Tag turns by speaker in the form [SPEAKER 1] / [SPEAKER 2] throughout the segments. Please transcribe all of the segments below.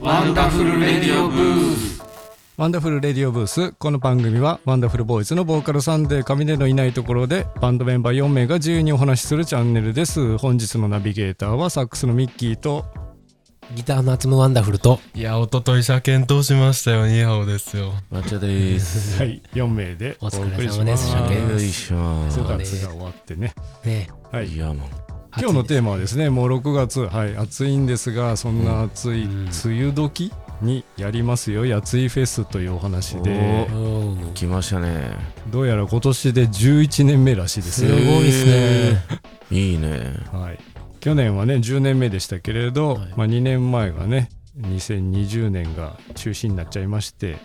[SPEAKER 1] ワンダフルレディオブース
[SPEAKER 2] ワンダフルレディオブースこの番組はワンダフルボーイズのボーカルサンデー上でのいないところでバンドメンバー4名が自由にお話しするチャンネルです本日のナビゲーターはサックスのミッキーと
[SPEAKER 3] ギターの厚むワンダフルと
[SPEAKER 4] いや、一昨日車検討しましたよ、ニーハオですよ。
[SPEAKER 5] 抹茶です。
[SPEAKER 2] はい4名でお
[SPEAKER 3] お疲
[SPEAKER 2] 送り
[SPEAKER 3] れ
[SPEAKER 2] し
[SPEAKER 3] 様
[SPEAKER 2] ま
[SPEAKER 3] ですす
[SPEAKER 5] よ
[SPEAKER 3] 初見
[SPEAKER 5] いしょ。
[SPEAKER 2] 9
[SPEAKER 3] そう
[SPEAKER 2] 月が終わってね
[SPEAKER 3] ね
[SPEAKER 2] はい
[SPEAKER 5] いやもう。
[SPEAKER 2] 今日の
[SPEAKER 3] ー
[SPEAKER 2] テーマはですねもう6月はい暑いんですがそんな暑い梅雨時にやりますよやついフェスというお話で
[SPEAKER 5] お来ましたね。
[SPEAKER 2] どうやら今年で11年目らしいです
[SPEAKER 3] す
[SPEAKER 2] よ
[SPEAKER 3] ごいですね
[SPEAKER 5] いいね。
[SPEAKER 2] はい、去年はね10年目でしたけれど、まあ、2年前がね2020年が中止になっちゃいまして、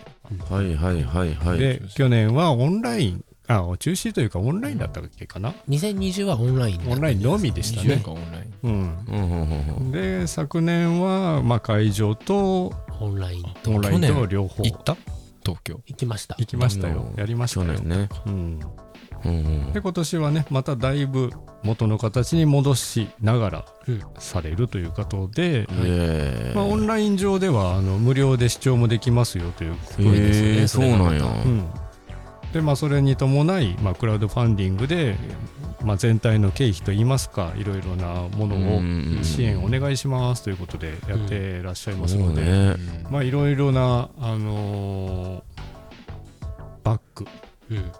[SPEAKER 5] はいはいはいはい。
[SPEAKER 2] で去年はオンラインあ中止というかオンラインだったっけかな
[SPEAKER 3] 2020はオンライン
[SPEAKER 2] オンラインのみでしたね、
[SPEAKER 4] オンライン。
[SPEAKER 2] うん、
[SPEAKER 5] うんうんうんうん。
[SPEAKER 2] で昨年は、まあ、会場と
[SPEAKER 3] オンライン
[SPEAKER 2] オンラインと両方
[SPEAKER 4] 行
[SPEAKER 2] 行
[SPEAKER 4] った東京。
[SPEAKER 3] 行きました
[SPEAKER 2] きましたよ
[SPEAKER 5] うん
[SPEAKER 2] やりました
[SPEAKER 5] 去
[SPEAKER 2] よ、
[SPEAKER 5] 年ね。
[SPEAKER 2] うん、
[SPEAKER 5] うんうん
[SPEAKER 2] で今年はねまただいぶ元の形に戻しながら
[SPEAKER 3] うん
[SPEAKER 2] されるということで、
[SPEAKER 5] イエーイ。
[SPEAKER 2] まあ、オンライン上ではあの無料で視聴もできますよということ
[SPEAKER 5] へ
[SPEAKER 2] で
[SPEAKER 5] えー、そうなんや。
[SPEAKER 2] うん、でまあそれに伴い、まあ、クラウドファンディングで、まあ、全体の経費といいますかいろいろなものを
[SPEAKER 5] うん
[SPEAKER 2] 支援お願いしますということでやってらっしゃいます
[SPEAKER 5] そ
[SPEAKER 2] の
[SPEAKER 5] う
[SPEAKER 2] で、
[SPEAKER 5] ね。
[SPEAKER 2] まあいろいろな、あのーバッグ
[SPEAKER 3] うん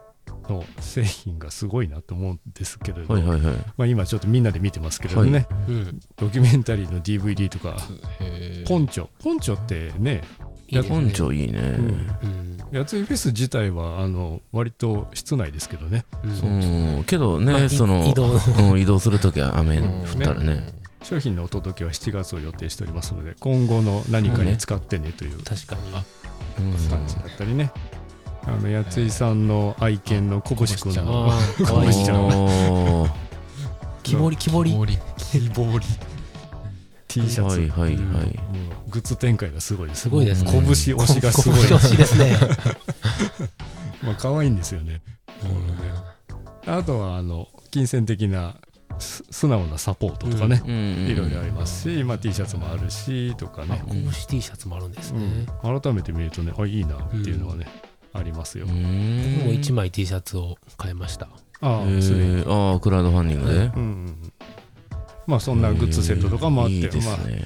[SPEAKER 2] の製品がすごいなと思うんですけれど、
[SPEAKER 5] はいはいはい。
[SPEAKER 2] まあ、今ちょっとみんなで見てますけれどね、
[SPEAKER 5] は
[SPEAKER 3] うん
[SPEAKER 2] ドキュメンタリーの DVD とか
[SPEAKER 4] へ
[SPEAKER 2] ポンチョポンチョってね
[SPEAKER 3] いいですね
[SPEAKER 5] 根性いいね。
[SPEAKER 3] うん
[SPEAKER 2] やついフェス自体はあの割と室内ですけどね
[SPEAKER 3] うん
[SPEAKER 5] うん。けど
[SPEAKER 3] まあ
[SPEAKER 5] ね、
[SPEAKER 3] い
[SPEAKER 5] その
[SPEAKER 3] 移、動の
[SPEAKER 5] うん移動するときは雨降ったらね。
[SPEAKER 2] 商品のお届けは7月を予定しておりますので今後の何かに使ってねという
[SPEAKER 3] 確かに
[SPEAKER 5] うんうん
[SPEAKER 2] 感じだったりねあのやついさんの愛犬のこぶし君の
[SPEAKER 3] ああかわいい
[SPEAKER 2] しちゃう
[SPEAKER 5] おー
[SPEAKER 3] 木彫り木彫り
[SPEAKER 4] 氷。
[SPEAKER 3] 木彫り
[SPEAKER 2] T シャ
[SPEAKER 5] は
[SPEAKER 2] ツ
[SPEAKER 5] い
[SPEAKER 2] も
[SPEAKER 5] はいはい。
[SPEAKER 2] うグッズ展開がすごいです
[SPEAKER 3] すごいですね
[SPEAKER 2] 拳推しがすごい
[SPEAKER 3] 拳推しですね
[SPEAKER 2] まあ可愛いんですよねあとはあの金銭的なす素直なサポートとかね
[SPEAKER 5] うんうん
[SPEAKER 2] いろいろありますし、まあ、T シャツもあるしとかね
[SPEAKER 3] あ拳 T シャツもあるんですね
[SPEAKER 2] うん、改めて見るとねあいいなっていうのはね、ありますよ、
[SPEAKER 5] う
[SPEAKER 3] 僕
[SPEAKER 5] ん
[SPEAKER 3] も1枚 T シャツを買いました
[SPEAKER 2] あ
[SPEAKER 5] え
[SPEAKER 2] あそれうん
[SPEAKER 5] ー、ああクラウドファンディングで
[SPEAKER 2] うんうんまあそんなグッズセットとかもあって、
[SPEAKER 5] いいです
[SPEAKER 2] まあ
[SPEAKER 5] ね、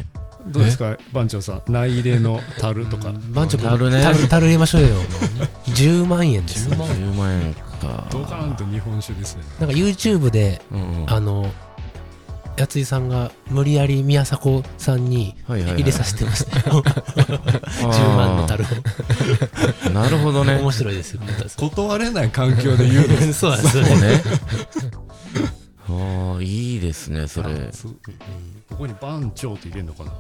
[SPEAKER 2] どうですか番長さん内入れの樽とか
[SPEAKER 3] 番長
[SPEAKER 5] たるね
[SPEAKER 3] たるたる入れましょうよ10万円ですなんか
[SPEAKER 5] 10万円か
[SPEAKER 2] ドカーンと日本酒ですね
[SPEAKER 3] YouTube で
[SPEAKER 5] うんうん
[SPEAKER 3] あのやついさんが無理やり宮迫さんに
[SPEAKER 5] はいはいはい
[SPEAKER 3] 入れさせてま したよ10万の樽
[SPEAKER 5] あーなるほどね
[SPEAKER 3] 面白いですよ
[SPEAKER 2] 断れない環境で言 う
[SPEAKER 3] そうなんですよ
[SPEAKER 5] そう
[SPEAKER 3] ね
[SPEAKER 5] ねああいいですねそれあ
[SPEAKER 2] すここに番長って入れるのかな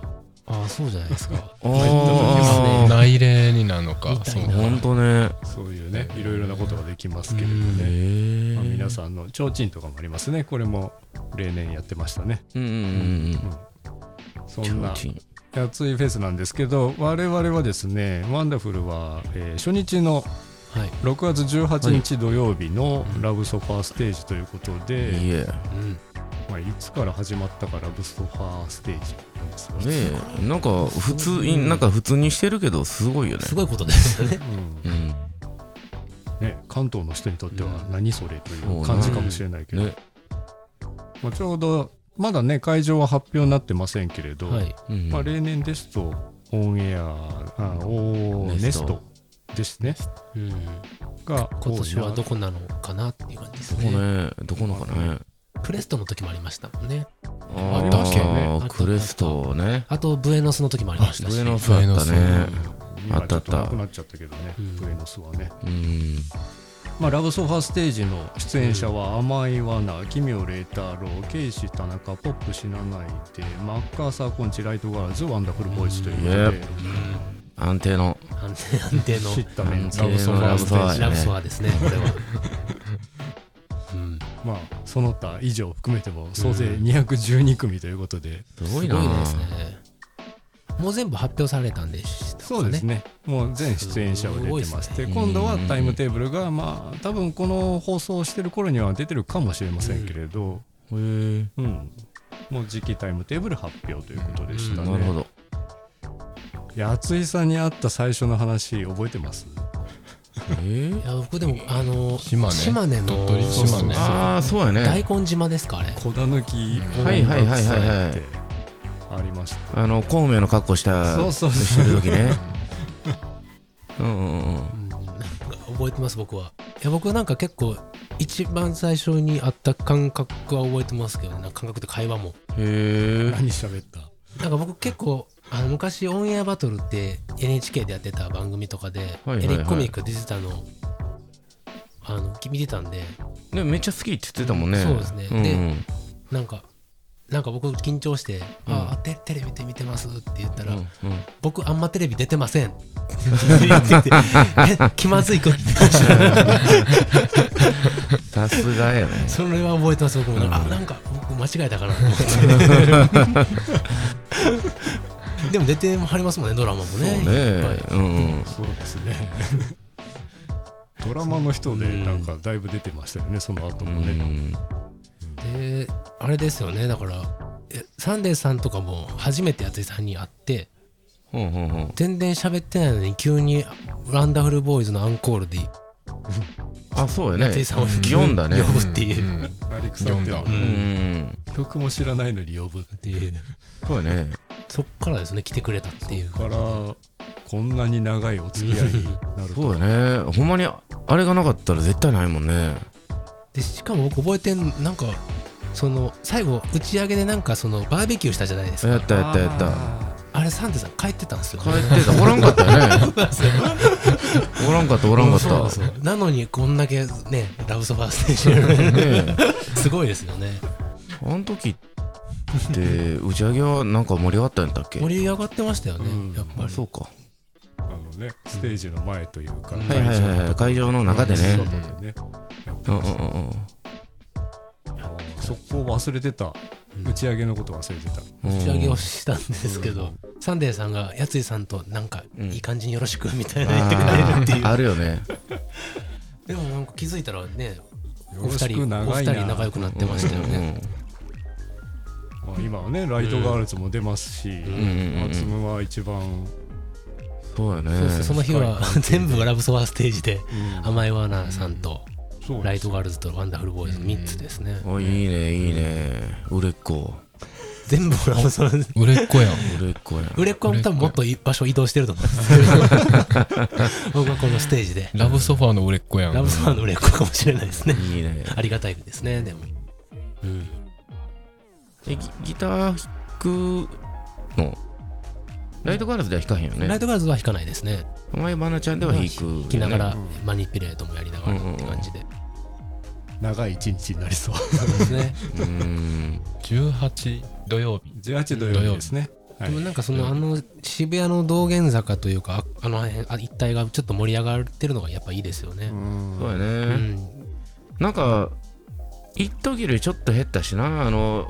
[SPEAKER 3] ああそうじゃないですか
[SPEAKER 5] あ
[SPEAKER 3] ね
[SPEAKER 5] ー
[SPEAKER 4] 内例になるの
[SPEAKER 3] み
[SPEAKER 4] か。
[SPEAKER 3] た
[SPEAKER 4] そ
[SPEAKER 3] いうな。
[SPEAKER 5] ほんとね
[SPEAKER 2] そういうねいろいろなことができますけれど
[SPEAKER 5] へ
[SPEAKER 2] ね、
[SPEAKER 5] え
[SPEAKER 2] まあ、皆
[SPEAKER 5] ん
[SPEAKER 2] さんの提灯とかもありますねこれも例年やってましたね
[SPEAKER 5] うんうん
[SPEAKER 2] そ
[SPEAKER 5] うん
[SPEAKER 2] ん
[SPEAKER 5] うん
[SPEAKER 2] な
[SPEAKER 5] 提灯
[SPEAKER 2] やついフェスなんですけど我々はですねワンダフルは、えー初日の
[SPEAKER 3] はい
[SPEAKER 2] 6月18日土曜日のラブソファーステージということで、
[SPEAKER 5] いいえ
[SPEAKER 3] うん
[SPEAKER 2] まあ、いつから始まったかラブソファーステージなんですよね。
[SPEAKER 5] ねえなんか普通いなんか普通にしてるけどすごいよね
[SPEAKER 3] すごいことですよね
[SPEAKER 5] うん
[SPEAKER 2] うん、ね関東の人にとっては何それとい
[SPEAKER 5] そうう
[SPEAKER 2] 感じかもしれないけど、
[SPEAKER 5] ね
[SPEAKER 2] まあ、ちょうどまだね会場は発表になってませんけれど、
[SPEAKER 3] はい
[SPEAKER 5] うん
[SPEAKER 2] まあ、例年ですとオンエアあおーネ
[SPEAKER 5] ネス
[SPEAKER 2] ス
[SPEAKER 5] ト
[SPEAKER 2] トですね
[SPEAKER 3] うん
[SPEAKER 2] が
[SPEAKER 3] 今年はど
[SPEAKER 2] こ
[SPEAKER 3] こなのかなっていう感じです
[SPEAKER 5] どこ
[SPEAKER 3] ね
[SPEAKER 5] ねどこのかね
[SPEAKER 3] クレストの時もありましたもんね
[SPEAKER 5] あ
[SPEAKER 2] あったっけね
[SPEAKER 5] ークレストね
[SPEAKER 3] あとブエノスの時もありましたし
[SPEAKER 5] 上のスだったね
[SPEAKER 2] 今
[SPEAKER 5] あっ
[SPEAKER 2] ち
[SPEAKER 5] たあ
[SPEAKER 2] ょ
[SPEAKER 5] っ
[SPEAKER 2] っと
[SPEAKER 5] た
[SPEAKER 2] なくなっちゃったけどね
[SPEAKER 3] うん
[SPEAKER 2] ブエノスはね、
[SPEAKER 5] うん
[SPEAKER 2] まあ、ラブソファーステージの出演者は甘いわな奇妙レーターローケイシ田中ポップ死なないでマッカーサーコンチライトガールズワンダフルボーイズということで、
[SPEAKER 5] 安定の
[SPEAKER 3] 安定安定の
[SPEAKER 2] 知ったね
[SPEAKER 5] 安定
[SPEAKER 2] ラ
[SPEAKER 5] の
[SPEAKER 2] ブソファーステー
[SPEAKER 5] ね
[SPEAKER 2] ジ、
[SPEAKER 3] ラブソワーですね、これは。うん、
[SPEAKER 2] まあ、その他以上含めても総勢212組ということで、
[SPEAKER 5] すごい
[SPEAKER 3] す
[SPEAKER 5] な
[SPEAKER 3] ごいですね。もう全部発表されたんでしたかね。
[SPEAKER 2] そうですねもう全出演者が出てまして、今度はタイムテーブルがまあ多分この放送してる頃には出てるかもしれませんけれど、
[SPEAKER 5] へ
[SPEAKER 2] うんもう次期タイムテーブル発表ということで
[SPEAKER 5] え
[SPEAKER 2] したね、
[SPEAKER 5] なるほど
[SPEAKER 2] やついさんに会った最初の話覚えてます
[SPEAKER 5] え
[SPEAKER 3] いや僕でもあの
[SPEAKER 4] 島根
[SPEAKER 3] の
[SPEAKER 4] 鳥取
[SPEAKER 3] そう
[SPEAKER 4] 島根
[SPEAKER 3] そう
[SPEAKER 5] ああそうやね
[SPEAKER 3] 大根島ですかあれ
[SPEAKER 2] 小田抜き
[SPEAKER 5] はいはいはいはいはい
[SPEAKER 2] ってありまし
[SPEAKER 5] あの孔明の格好した
[SPEAKER 2] たそうそう
[SPEAKER 5] し
[SPEAKER 2] そ
[SPEAKER 5] て
[SPEAKER 2] う
[SPEAKER 5] る時 ねうんうんうん
[SPEAKER 3] 覚えてます僕はいや僕なんか結構一番最初にあった感覚は覚えてますけどねなんか感覚と会話も
[SPEAKER 5] へえ
[SPEAKER 2] 何喋った
[SPEAKER 3] なんか僕結構あの昔オンエアバトルって NHK でやってた番組とかで、
[SPEAKER 5] はいはいはい
[SPEAKER 3] エレコミック出てたのあの見てたんで
[SPEAKER 5] でもめっちゃ好きって言ってたもんね
[SPEAKER 3] そうですね
[SPEAKER 5] んん
[SPEAKER 3] なんかなんか僕緊張して「ああテテレビで見てます」って言ったら「
[SPEAKER 5] うんうん
[SPEAKER 3] 僕あんまテレビ出てま せん」って言っててえ気まずいこと言ってまし
[SPEAKER 5] さ
[SPEAKER 3] た
[SPEAKER 5] すが やね
[SPEAKER 3] それは覚えてます僕もなんかあなんか僕間違 えたかなと思ってでも出てはりますもんねドラマも
[SPEAKER 5] ね
[SPEAKER 3] ねいっぱい
[SPEAKER 5] えうんうん
[SPEAKER 2] そうです ねドラマの人でなんかだいぶ出てましたよねその後も
[SPEAKER 5] う
[SPEAKER 2] ね
[SPEAKER 5] ん
[SPEAKER 3] であれですよねだからえサンデーさんとかも初めてやついさんに会って
[SPEAKER 5] ほんほんほん
[SPEAKER 3] 全然喋ってないのに急に「ワンダフルボーイズ」のアンコールで
[SPEAKER 5] あそうや
[SPEAKER 3] やつ
[SPEAKER 5] ね
[SPEAKER 3] いさんを
[SPEAKER 5] 読んだね
[SPEAKER 3] 呼ぶっていう、
[SPEAKER 4] んん
[SPEAKER 2] マリクさんって
[SPEAKER 5] うんうんうん
[SPEAKER 2] 曲も知らないのに呼ぶ
[SPEAKER 3] っていう
[SPEAKER 5] そうやね
[SPEAKER 3] そっからですね来てくれたっていう
[SPEAKER 2] からこんなに長いお付き合いになると
[SPEAKER 5] そうやねほんまにあれがなかったら絶対ないもんね
[SPEAKER 3] でしかも僕覚えてんなんかその最後打ち上げでなんかそのバーベキューしたじゃないですか
[SPEAKER 5] やったやったやった
[SPEAKER 3] あれサンデーさん帰ってたんですよ
[SPEAKER 5] 帰ってたおらんかった よねおらんかったおらんかっ
[SPEAKER 3] そう
[SPEAKER 5] た
[SPEAKER 3] そうなのにこんだけねラブソファーステーション
[SPEAKER 5] ねえ
[SPEAKER 3] すごいですよね
[SPEAKER 5] あの時って打ち上げはなんか盛り上がったんだっけ
[SPEAKER 3] 盛り上がってましたよね、
[SPEAKER 2] うん
[SPEAKER 3] やっぱ
[SPEAKER 5] あ
[SPEAKER 3] り
[SPEAKER 5] そうか
[SPEAKER 2] あのねステージの前というか
[SPEAKER 3] うん
[SPEAKER 5] はいはいはいはい会場の中でね
[SPEAKER 2] 外でねやって
[SPEAKER 5] うんう
[SPEAKER 2] ま
[SPEAKER 5] ん
[SPEAKER 2] し
[SPEAKER 5] うん
[SPEAKER 2] たあーそこを忘れてた打ち上げのこと忘れてた
[SPEAKER 5] うん
[SPEAKER 3] 打ち上げをしたんですけど、サンデーさんがやついさんとなんか
[SPEAKER 5] うん
[SPEAKER 3] いい感じによろしくみたいな言ってくれる
[SPEAKER 5] あ
[SPEAKER 3] っていう、
[SPEAKER 5] ーあるよね
[SPEAKER 3] でもなんか気づいたらね
[SPEAKER 2] よ
[SPEAKER 3] お
[SPEAKER 2] ろ
[SPEAKER 3] 二
[SPEAKER 2] し
[SPEAKER 3] 人
[SPEAKER 2] く
[SPEAKER 3] お
[SPEAKER 2] 長い
[SPEAKER 3] 二人
[SPEAKER 2] な
[SPEAKER 3] 仲良くなってましたよね、
[SPEAKER 2] まあ今はねライトガールズも出ますし、
[SPEAKER 5] ん
[SPEAKER 2] 松夢は一番、
[SPEAKER 5] そうやね
[SPEAKER 3] そうですその日は全部ラブソファーステージで甘いワーナーさんと
[SPEAKER 2] そう
[SPEAKER 3] ライトガールズとワンダフルボーイズ3つですね、
[SPEAKER 5] あいいねいいね売れっ子
[SPEAKER 3] 全部ラブソファーステージ
[SPEAKER 4] 売れっ子やん
[SPEAKER 5] 売れっ子やん
[SPEAKER 3] 売れっ子は多分もっとい場所移動してる と思うんですけど僕はこのステージで
[SPEAKER 4] ラブソファーの売れっ子やん
[SPEAKER 3] ラブソファーの売れっ子かもしれないですね
[SPEAKER 5] いいね
[SPEAKER 3] ありがたいですねでもうん
[SPEAKER 5] えギギター弾くのライトガールズでは弾かへんよ
[SPEAKER 3] ライ
[SPEAKER 5] ね
[SPEAKER 3] トガールズは弾かないですね
[SPEAKER 5] お前バナちゃんでは弾くよね
[SPEAKER 3] 弾きながらマニピュレートもやりながらって感じで
[SPEAKER 2] 長い一日になり そう
[SPEAKER 3] そうですね
[SPEAKER 5] うん
[SPEAKER 4] 18土曜日
[SPEAKER 2] 18土曜日ですねは
[SPEAKER 3] で
[SPEAKER 2] い
[SPEAKER 3] もなんかそのあの渋谷の道玄坂というかああの辺あ一帯がちょっと盛り上がってるのがやっぱいいですよね
[SPEAKER 5] そうや
[SPEAKER 3] う
[SPEAKER 5] ね
[SPEAKER 3] ん
[SPEAKER 5] なんか一時よりちょっと減ったしなあの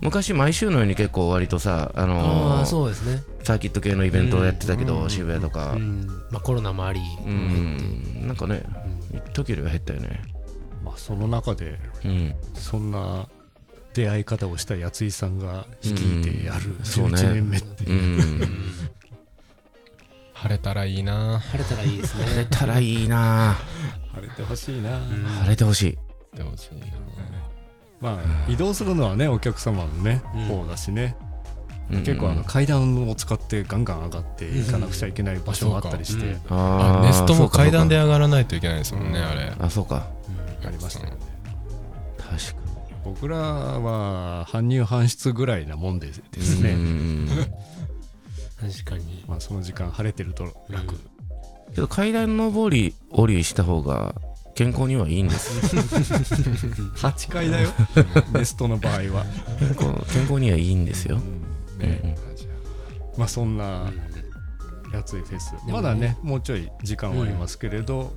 [SPEAKER 5] 昔毎週のように結構割とさあの
[SPEAKER 3] ああそうですね
[SPEAKER 5] サーキット系のイベントをやってたけど、渋谷とか
[SPEAKER 3] う
[SPEAKER 5] うん、
[SPEAKER 3] んまあコロナもあり
[SPEAKER 5] なんかね一時よりは減ったよね
[SPEAKER 2] まあ、その中で
[SPEAKER 5] うん
[SPEAKER 2] そんな出会い方をしたやついさんが率いてやる
[SPEAKER 5] うんそうね
[SPEAKER 2] 11年目って、
[SPEAKER 5] うん
[SPEAKER 4] 晴れたらいいな
[SPEAKER 3] 晴れたらいいですね
[SPEAKER 5] 晴れ たらいいな
[SPEAKER 2] 晴れてほしいな、
[SPEAKER 5] 晴れてほしい
[SPEAKER 4] ってほしいな
[SPEAKER 2] まあ移動するのはねお客様のね、
[SPEAKER 3] うん
[SPEAKER 2] 方だしね、
[SPEAKER 5] うん
[SPEAKER 2] 結構あの階段を使ってガンガン上がっていかなくちゃいけない場所もあったりして、
[SPEAKER 3] うん
[SPEAKER 5] あ
[SPEAKER 4] あ
[SPEAKER 5] ー
[SPEAKER 4] ネストも階段で
[SPEAKER 5] そうか
[SPEAKER 4] 上がらないといけないですもんねあれ
[SPEAKER 5] そうかあそうか
[SPEAKER 2] ありましたよね
[SPEAKER 5] 確か
[SPEAKER 2] 僕らは搬入搬出ぐらいなもんでです
[SPEAKER 5] に
[SPEAKER 2] ね、
[SPEAKER 5] うん
[SPEAKER 3] 確かに
[SPEAKER 2] まあ、その時間晴れてると楽、
[SPEAKER 5] けど階段上り下りした方が健康にはいいんです
[SPEAKER 2] 8階だよベストの場合は、
[SPEAKER 5] 健康健康にはいいんですよ
[SPEAKER 4] ね
[SPEAKER 2] まあ、そんなやついフェスまだねもうちょい時間はありますけれど、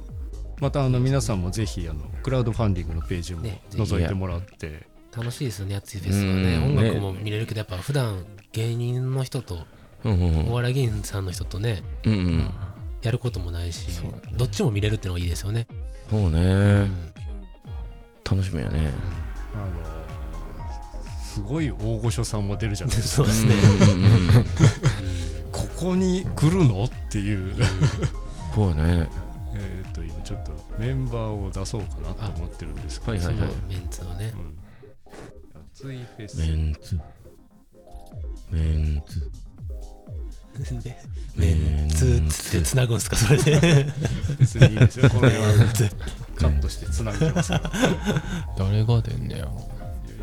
[SPEAKER 2] またあの皆さんもぜひあのクラウドファンディングのページも
[SPEAKER 3] ね
[SPEAKER 2] 覗いてもらって、
[SPEAKER 3] 楽しいですよねやついフェスはね
[SPEAKER 5] うん
[SPEAKER 3] 音楽も見れるけどやっぱ普段芸人の人と
[SPEAKER 5] うんうんうん
[SPEAKER 3] お笑い芸人さんの人とね
[SPEAKER 5] うんうん
[SPEAKER 3] やることもないしどっちも見れるってのがいいですよね
[SPEAKER 5] そうね、楽しみやね
[SPEAKER 2] あのすごい大御所さんも出るじゃないですか
[SPEAKER 3] そうですね
[SPEAKER 5] うんうんうん
[SPEAKER 2] ここに来るのっていう、
[SPEAKER 5] そうやね
[SPEAKER 2] えっと今ちょっとメンバーを出そうかなと思ってるんですけど、
[SPEAKER 5] はいは
[SPEAKER 3] そ
[SPEAKER 5] いは
[SPEAKER 3] の
[SPEAKER 5] い
[SPEAKER 3] メンツをね
[SPEAKER 2] うん熱いフェス、
[SPEAKER 5] メンツメンツ
[SPEAKER 3] でメンツつってつなぐんですかそれで
[SPEAKER 2] 別にいいですよこの辺は
[SPEAKER 3] メンツ
[SPEAKER 2] カットしてつなげてますから
[SPEAKER 4] 誰が出んねやろ
[SPEAKER 2] よ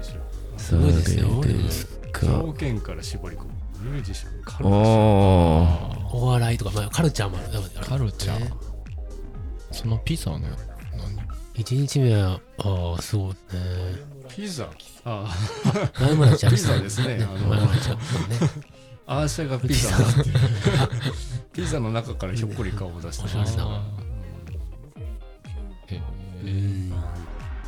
[SPEAKER 2] いしょ
[SPEAKER 5] す
[SPEAKER 3] ごいですよ
[SPEAKER 5] ですか
[SPEAKER 2] 条件から絞り込むミュージシャンカルチ
[SPEAKER 5] おー
[SPEAKER 3] お笑いとか、まあ、カルチャーもあるやっぱり
[SPEAKER 4] カルチャー
[SPEAKER 3] ね
[SPEAKER 4] そのピザの何
[SPEAKER 3] 一日目はああすごいね
[SPEAKER 2] ピザあ
[SPEAKER 3] 前村ちゃん
[SPEAKER 2] ピザですね あの
[SPEAKER 3] 前村ちゃんさんね
[SPEAKER 2] アーシャがピザだっていうピザの中からひょっこり顔を出して
[SPEAKER 3] おしゃ
[SPEAKER 2] ま
[SPEAKER 3] れ
[SPEAKER 2] す
[SPEAKER 3] だ
[SPEAKER 4] あ
[SPEAKER 3] わ
[SPEAKER 4] ーへ
[SPEAKER 3] う
[SPEAKER 4] え
[SPEAKER 3] ん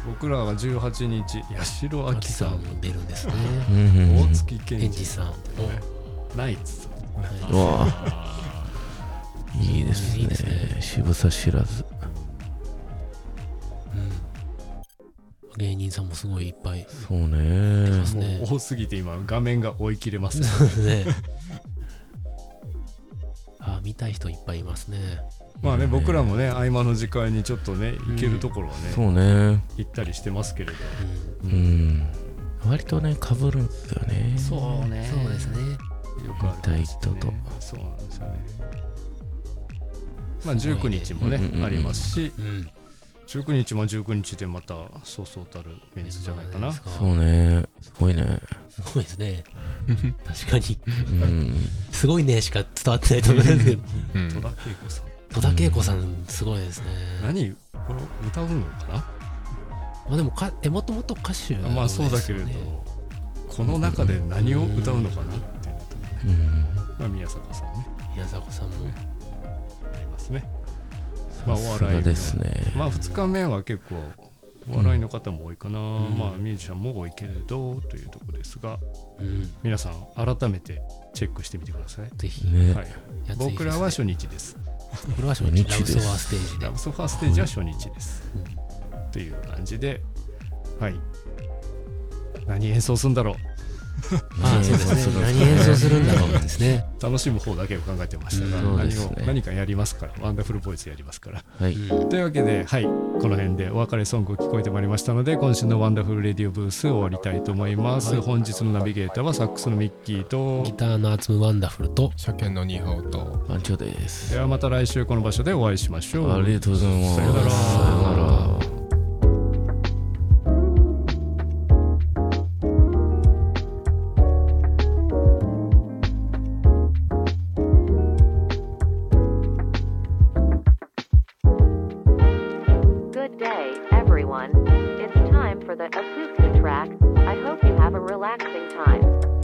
[SPEAKER 2] 僕らは18日八代亜
[SPEAKER 3] 秋
[SPEAKER 2] 紀さ
[SPEAKER 3] さん
[SPEAKER 2] ん
[SPEAKER 3] も出るんですね
[SPEAKER 5] うんうんうん
[SPEAKER 2] 大月
[SPEAKER 3] エ
[SPEAKER 2] 健
[SPEAKER 3] ンジ
[SPEAKER 2] 二
[SPEAKER 3] さん
[SPEAKER 2] ナイツ
[SPEAKER 5] うわいいです
[SPEAKER 3] いいです
[SPEAKER 5] ね渋さ知らず
[SPEAKER 3] うん芸人さんもすごいいっぱい
[SPEAKER 5] そうね
[SPEAKER 3] すね
[SPEAKER 2] もう多すぎて今画面が追い切れます
[SPEAKER 3] そうです ね。 あ見たい人いっぱいいますね。
[SPEAKER 2] まあね僕らもね合間の時間にちょっとね行けるところは
[SPEAKER 5] そ
[SPEAKER 2] ね
[SPEAKER 5] うね
[SPEAKER 2] 行ったりしてますけれど
[SPEAKER 3] う
[SPEAKER 5] うん割とねかぶるんですよね
[SPEAKER 3] ん、そうね。そうですね。
[SPEAKER 2] よくある話で
[SPEAKER 5] 見たい人と
[SPEAKER 2] ねそうなんですよねまあ19日もね
[SPEAKER 5] うんうんうんうん
[SPEAKER 2] ありますし
[SPEAKER 3] うん。
[SPEAKER 2] 19日も19日でまたそうそうたるメンツじゃないかな
[SPEAKER 3] そう
[SPEAKER 5] そうねすごいね
[SPEAKER 3] すごいですね。確かに。
[SPEAKER 5] うん
[SPEAKER 3] すごいねしか伝わってないと思いますけど。
[SPEAKER 4] うん
[SPEAKER 2] 戸田恵子さん
[SPEAKER 3] 戸田恵子さん、すごいですね。
[SPEAKER 2] 何これ歌うのかな
[SPEAKER 3] まあでもか、え、もともと歌手、
[SPEAKER 2] あまあそうだけれど、この中で何を歌うのかなっていうのと、ね
[SPEAKER 5] うん
[SPEAKER 2] まあ、宮坂さんね
[SPEAKER 3] 宮迫さんも。
[SPEAKER 2] 歌いますねまあお
[SPEAKER 5] さす
[SPEAKER 2] 笑
[SPEAKER 5] が
[SPEAKER 2] い
[SPEAKER 5] ですね
[SPEAKER 2] まあ2日目は結構お笑いの方も多いかな、まあミュージシャンも多いけれどというところですが
[SPEAKER 3] うん。
[SPEAKER 2] 皆さん改めてチェックしてみてください、
[SPEAKER 3] ぜひ。
[SPEAKER 5] ね
[SPEAKER 2] はい、
[SPEAKER 3] やついですね
[SPEAKER 2] 僕らは、初日です
[SPEAKER 3] 僕らは初
[SPEAKER 5] 初
[SPEAKER 3] 日、
[SPEAKER 5] 日
[SPEAKER 3] ラブソワーステージで
[SPEAKER 2] ラブソファーステージは初日です、という感じではい何演奏するんだろう
[SPEAKER 3] ああ、そうですね。何演奏するんだろうですね。
[SPEAKER 2] 楽しむ方だけを考えてましたが、
[SPEAKER 5] うんそうで
[SPEAKER 2] 何
[SPEAKER 5] す
[SPEAKER 2] を
[SPEAKER 5] ね
[SPEAKER 2] 何かやりますからワンダフルボイスやりますから
[SPEAKER 5] はい
[SPEAKER 2] というわけではいこの辺でお別れソング聞こえてまいりましたので今週のワンダフルレディオブース終わりたいと思います、本日のナビゲーターはサックスのミッキーと
[SPEAKER 3] ギターのアツムワンダフルと、
[SPEAKER 4] 車検の2号と
[SPEAKER 5] 番長です
[SPEAKER 2] ではまた来週この場所でお会いしましょう
[SPEAKER 5] ありがとうございます
[SPEAKER 2] さよなら
[SPEAKER 5] さよなら
[SPEAKER 6] Good day, everyone. It's time for the Asuka track. I hope you have a relaxing time.